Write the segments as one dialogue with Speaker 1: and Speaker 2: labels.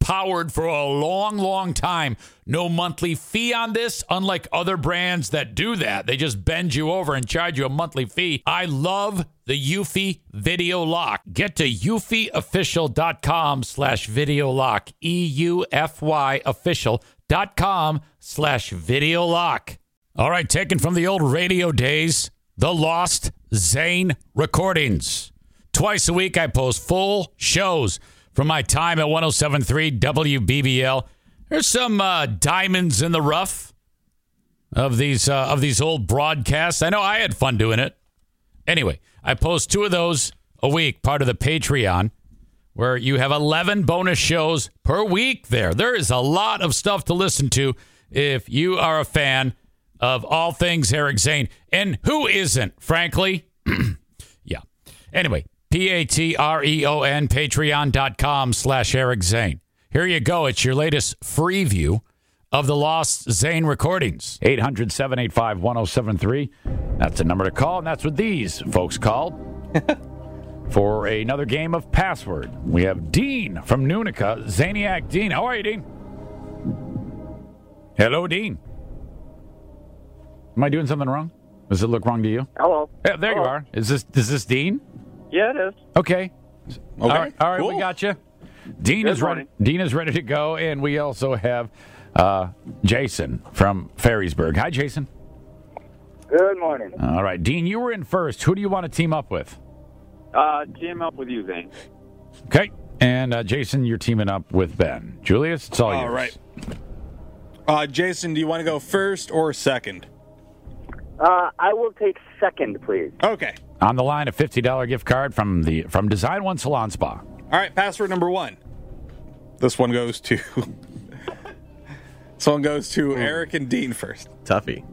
Speaker 1: powered for a long, long time. No monthly fee on this, unlike other brands that do that. They just bend you over and charge you a monthly fee. I love the Eufy Video Lock. Get to eufyofficial.com slash video lock. E E-U-F-Y official.com slash video lock. All right, taken from the old radio days, the Lost Zane recordings. Twice a week, I post full shows from my time at 1073 WBBL. There's some uh, diamonds in the rough of these uh, of these old broadcasts. I know I had fun doing it. Anyway, I post two of those a week, part of the Patreon, where you have 11 bonus shows per week there. There is a lot of stuff to listen to if you are a fan of all things Eric Zane. And who isn't, frankly? yeah. Anyway, E P-A-T-R-E-O-N, patreon.com slash Eric Zane. Here you go. It's your latest free view of the Lost Zane recordings. 800-785-1073. That's the number to call, and that's what these folks called for another game of Password. We have Dean from Nunica, Zaniac Dean. How are you, Dean? Hello, Dean. Am I doing something wrong? Does it look wrong to you?
Speaker 2: Hello.
Speaker 1: Yeah, there
Speaker 3: Oh.
Speaker 1: you
Speaker 2: Hello.
Speaker 1: are. Is this is this Dean?
Speaker 2: Yeah, it is.
Speaker 1: Okay. All right, all right we
Speaker 3: cool.
Speaker 1: got you. Dean
Speaker 2: Good
Speaker 1: is ready.
Speaker 2: morning.
Speaker 1: Dean is ready to go, and we also have uh, Jason from Ferrisburg. Hi, Jason.
Speaker 2: Good morning.
Speaker 1: All right, Dean, you were in first. Who do you want to team up with?
Speaker 2: Uh, team up with you, Zane.
Speaker 1: Okay, and uh, Jason, you're teaming up with Ben. Julius, it's all,
Speaker 3: All
Speaker 1: yours.
Speaker 3: right. Uh, Jason, do you want to go first or second? Uh, I will take second, please.
Speaker 4: Okay.
Speaker 1: On the line, a fifty dollar gift card from the from Design One Salon Spa.
Speaker 4: All right, password number one. This one goes to. this one goes
Speaker 1: Hmm.
Speaker 4: to Eric and Dean first.
Speaker 5: Tuffy.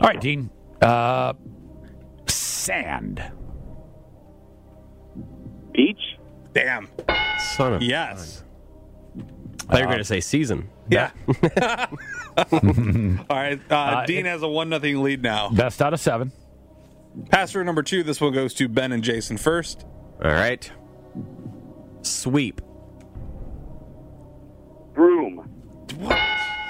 Speaker 1: All right, Dean. Uh, sand.
Speaker 2: Beach?
Speaker 4: Damn.
Speaker 5: Son of.
Speaker 4: Yes.
Speaker 5: I thought you were going to say season.
Speaker 4: Yeah. All right. Uh, Dean has a one nothing lead now.
Speaker 1: Best out of seven.
Speaker 4: Password number two. This one goes to Ben and Jason first.
Speaker 5: All right. Sweep.
Speaker 2: Broom.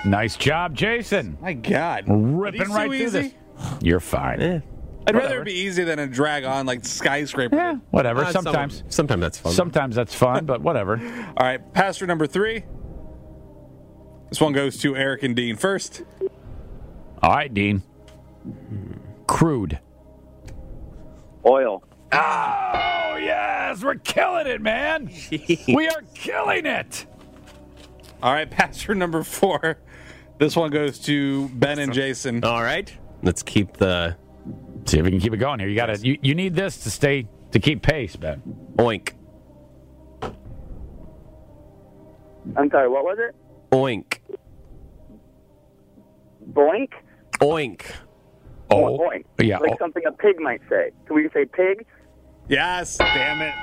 Speaker 1: Nice job, Jason.
Speaker 4: My God.
Speaker 1: Ripping
Speaker 4: These
Speaker 1: right
Speaker 4: too
Speaker 1: through
Speaker 4: easy?
Speaker 1: this. You're fine.
Speaker 5: Eh.
Speaker 4: I'd rather it be easy than a drag on like skyscraper.
Speaker 1: Yeah, whatever.
Speaker 5: Uh, some-
Speaker 1: sometimes,
Speaker 5: sometimes that's fun.
Speaker 1: sometimes that's fun, but whatever.
Speaker 4: All right. Password number three. This one goes to Eric and Dean first.
Speaker 1: All right, Dean. Crude.
Speaker 2: Oil.
Speaker 1: Oh yes, we're killing it, man. we are killing it.
Speaker 4: All right. Password number four. This one goes to Ben and Jason.
Speaker 5: All right. Let's keep the
Speaker 1: See if we can keep it going here. You got to. You, you need this to stay to keep pace, Ben.
Speaker 5: oink.
Speaker 3: I'm sorry, what was it?
Speaker 5: Oink.
Speaker 3: Boink?
Speaker 5: Oink.
Speaker 1: Oh,
Speaker 3: Boink.
Speaker 1: yeah.
Speaker 3: Like
Speaker 1: oh.
Speaker 3: something a pig might say. Can we say pig?
Speaker 4: Yes. Damn it.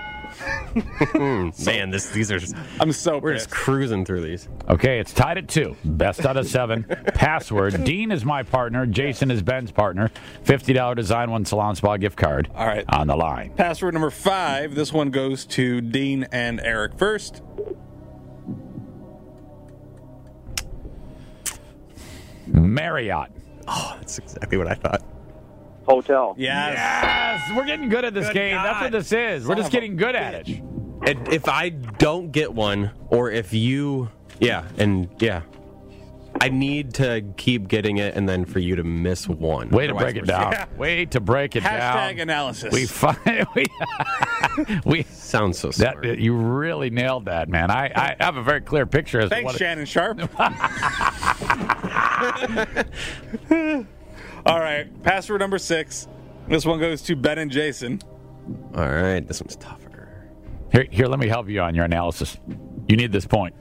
Speaker 5: Man, this these are
Speaker 4: I'm so
Speaker 5: we're just
Speaker 4: pissed.
Speaker 5: cruising through these.
Speaker 1: Okay, it's tied at two. Best out of seven. Password. Dean is my partner. Jason is Ben's partner. Fifty dollar design one salon spa gift card.
Speaker 4: All right.
Speaker 1: On the line.
Speaker 4: Password number five. This one goes to Dean and Eric first.
Speaker 1: Marriott.
Speaker 5: That's exactly what I thought.
Speaker 2: Hotel.
Speaker 4: Yes.
Speaker 1: Yes, we're getting good at this
Speaker 4: Good
Speaker 1: game. That's what
Speaker 4: God.
Speaker 1: this is. We're
Speaker 4: Son
Speaker 1: just
Speaker 4: of a
Speaker 1: getting good at it.
Speaker 5: And if I don't get one, or if you, yeah, and yeah, I need to keep getting it, and then for you to miss one.
Speaker 1: Way to
Speaker 5: Otherwise
Speaker 1: break it
Speaker 5: we're-
Speaker 1: down. Way to break it
Speaker 4: Hashtag
Speaker 1: down.
Speaker 4: analysis.
Speaker 1: We finally we, we
Speaker 5: Sounds so
Speaker 1: that
Speaker 5: smart.
Speaker 1: you really nailed that, man. I, I have a very clear picture as to
Speaker 4: Thanks,
Speaker 1: what. it-
Speaker 4: Shannon Sharp. All right, password number six. This one goes to Ben and Jason.
Speaker 5: All right, this one's tougher.
Speaker 1: Here, here, let me help you on your analysis. You need this point.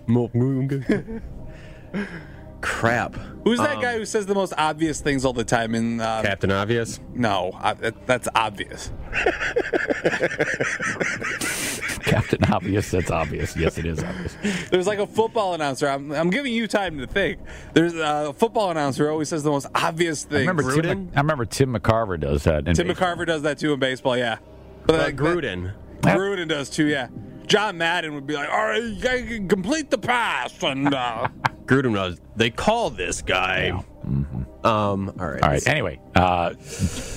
Speaker 5: Crap.
Speaker 4: Who's that guy who says the most obvious things all the time? In um,
Speaker 5: Captain Obvious.
Speaker 4: no, I, that, that's obvious.
Speaker 1: Captain Obvious. That's obvious. Yes, it is obvious.
Speaker 4: There's like a football announcer. I'm, I'm giving you time to think. There's uh, a football announcer who always says the most obvious thing.
Speaker 1: I remember, Tim,
Speaker 5: Gruden?
Speaker 1: I remember Tim McCarver does that. In
Speaker 4: Tim
Speaker 1: baseball.
Speaker 4: McCarver does that too in baseball. Yeah, but
Speaker 5: Uh,
Speaker 4: like that-
Speaker 5: Gruden.
Speaker 4: Gruden does too. Yeah, John Madden would be like, "All right, you gotta complete the pass," and uh,
Speaker 5: Gruden was. They call this guy. Um. All right.
Speaker 1: All right. Anyway, uh,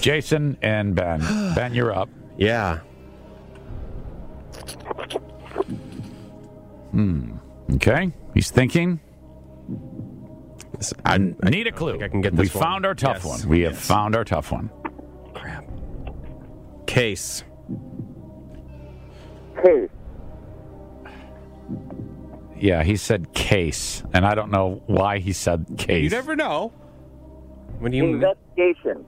Speaker 1: Jason and Ben. Ben, you're up.
Speaker 5: Yeah.
Speaker 1: Okay. He's thinking.
Speaker 5: This- I, I
Speaker 1: Need a clue.
Speaker 5: think I can get
Speaker 1: we
Speaker 5: this one.
Speaker 1: found our tough
Speaker 5: Yes.
Speaker 1: one. We have found our tough one.
Speaker 5: crap. Case.
Speaker 3: Case.
Speaker 1: Yeah, he said case, and I don't know why he said case.
Speaker 4: you never know.
Speaker 5: What do you
Speaker 1: Mm-hmm.
Speaker 3: Investigation.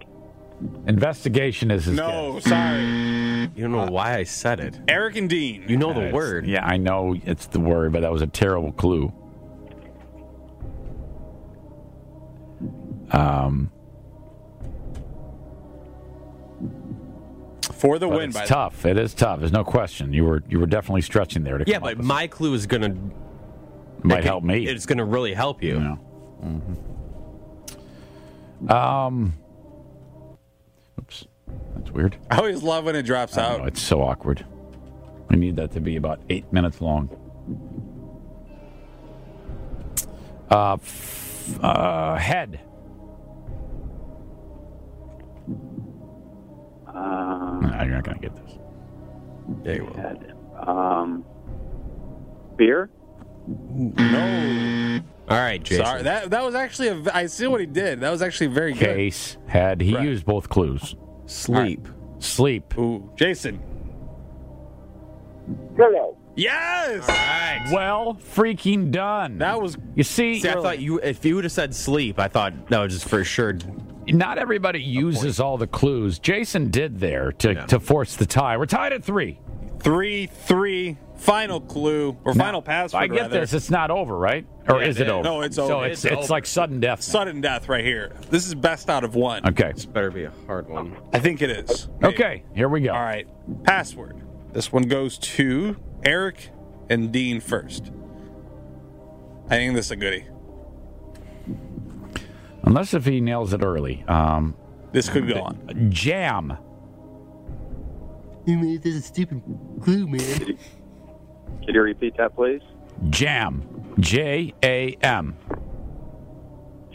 Speaker 1: Investigation is his
Speaker 4: No, sorry.
Speaker 5: You don't know why I said it.
Speaker 4: Eric and Dean.
Speaker 5: You know
Speaker 1: guess.
Speaker 5: the word.
Speaker 1: Yeah, I know it's the word, but that was a terrible clue. Um,
Speaker 4: for the
Speaker 1: but
Speaker 4: win,
Speaker 1: it's
Speaker 4: by the
Speaker 1: tough. It is tough. There's no question. You were you were definitely stretching there to
Speaker 5: Yeah,
Speaker 1: come up
Speaker 5: but
Speaker 1: with
Speaker 5: my clue is gonna
Speaker 1: something. might help me.
Speaker 5: It's gonna really help you.
Speaker 1: you know. Um, oops, that's weird.
Speaker 4: I always love when it drops
Speaker 1: Oh,
Speaker 4: out.
Speaker 1: it's so awkward. I need that to be about eight minutes long. Uh, f- uh, head.
Speaker 3: Uh,
Speaker 2: Um,
Speaker 1: No, you're not gonna get this.
Speaker 5: Yeah, you will.
Speaker 2: um, beer?
Speaker 4: No,
Speaker 5: All right, Jason.
Speaker 4: sorry. That that was actually a. v- I see what he did. That was actually very good.
Speaker 1: Case head. He
Speaker 4: Right.
Speaker 1: used both clues.
Speaker 5: Sleep.
Speaker 1: Sleep.
Speaker 4: Ooh, Jason.
Speaker 3: Pillow.
Speaker 4: Yes.
Speaker 1: Well, freaking done.
Speaker 4: That was
Speaker 1: You see,
Speaker 5: See, I thought you if you would have said sleep, I thought that was just for sure.
Speaker 1: not everybody uses all the clues. Jason did there to, to force the tie. We're tied at three.
Speaker 4: three three. Final clue or final password.
Speaker 1: I get
Speaker 4: rather.
Speaker 1: this. It's not over, right? Or is it,
Speaker 5: it is.
Speaker 1: over?
Speaker 4: No, it's
Speaker 1: So
Speaker 4: over.
Speaker 1: it's,
Speaker 5: It's
Speaker 1: it's
Speaker 5: over.
Speaker 1: like sudden death.
Speaker 4: Sudden death right here. This is best out of one.
Speaker 1: okay.
Speaker 5: Better be a hard one.
Speaker 4: I think it is. Maybe.
Speaker 1: Okay. Here we go.
Speaker 4: All right. Password. This one goes to Eric and Dean first. I think this is a goodie.
Speaker 1: Unless if he nails it early. Um,
Speaker 4: This could go on.
Speaker 1: jam.
Speaker 6: You made this a stupid clue, man.
Speaker 2: Could you repeat that, please?
Speaker 1: Jam. J A M.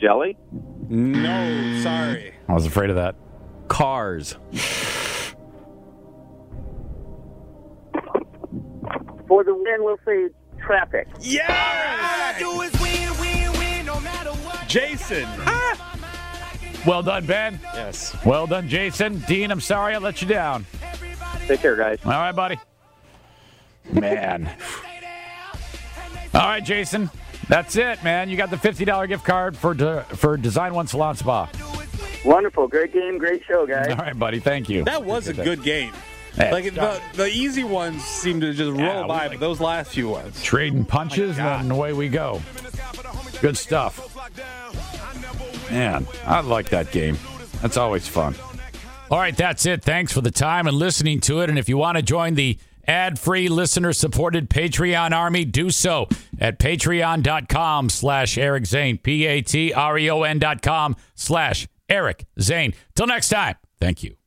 Speaker 2: Jelly?
Speaker 4: No, sorry.
Speaker 1: I was afraid of that.
Speaker 5: Cars.
Speaker 3: For the win, we'll say traffic.
Speaker 4: Yeah. Jason.
Speaker 1: Well done, Ben.
Speaker 5: Yes.
Speaker 1: Well done, Jason. Dean, I'm sorry I let you down.
Speaker 2: Take care, guys.
Speaker 1: All right, buddy. Man. All right, Jason. That's it, man. You got the $50 gift card for de- for Design One Salon Spa.
Speaker 3: Wonderful. Great game. Great show, guys.
Speaker 1: All right, buddy. Thank you.
Speaker 4: That was a good game.
Speaker 1: Yeah,
Speaker 4: Like the,
Speaker 1: stop.
Speaker 4: the easy ones seem to just roll
Speaker 1: Yeah, we
Speaker 4: by,
Speaker 1: like-
Speaker 4: but those last few ones.
Speaker 1: Trading punches,
Speaker 4: Oh
Speaker 1: and then away we go. Good stuff. Man, I like that game. That's always fun. All right, that's it. Thanks for the time and listening to it. And if you want to join the ad free listener supported Patreon army, do so at patreon.com slash Eric Zane. P A T R E O N dot com slash Eric Zane. Till next time, thank you.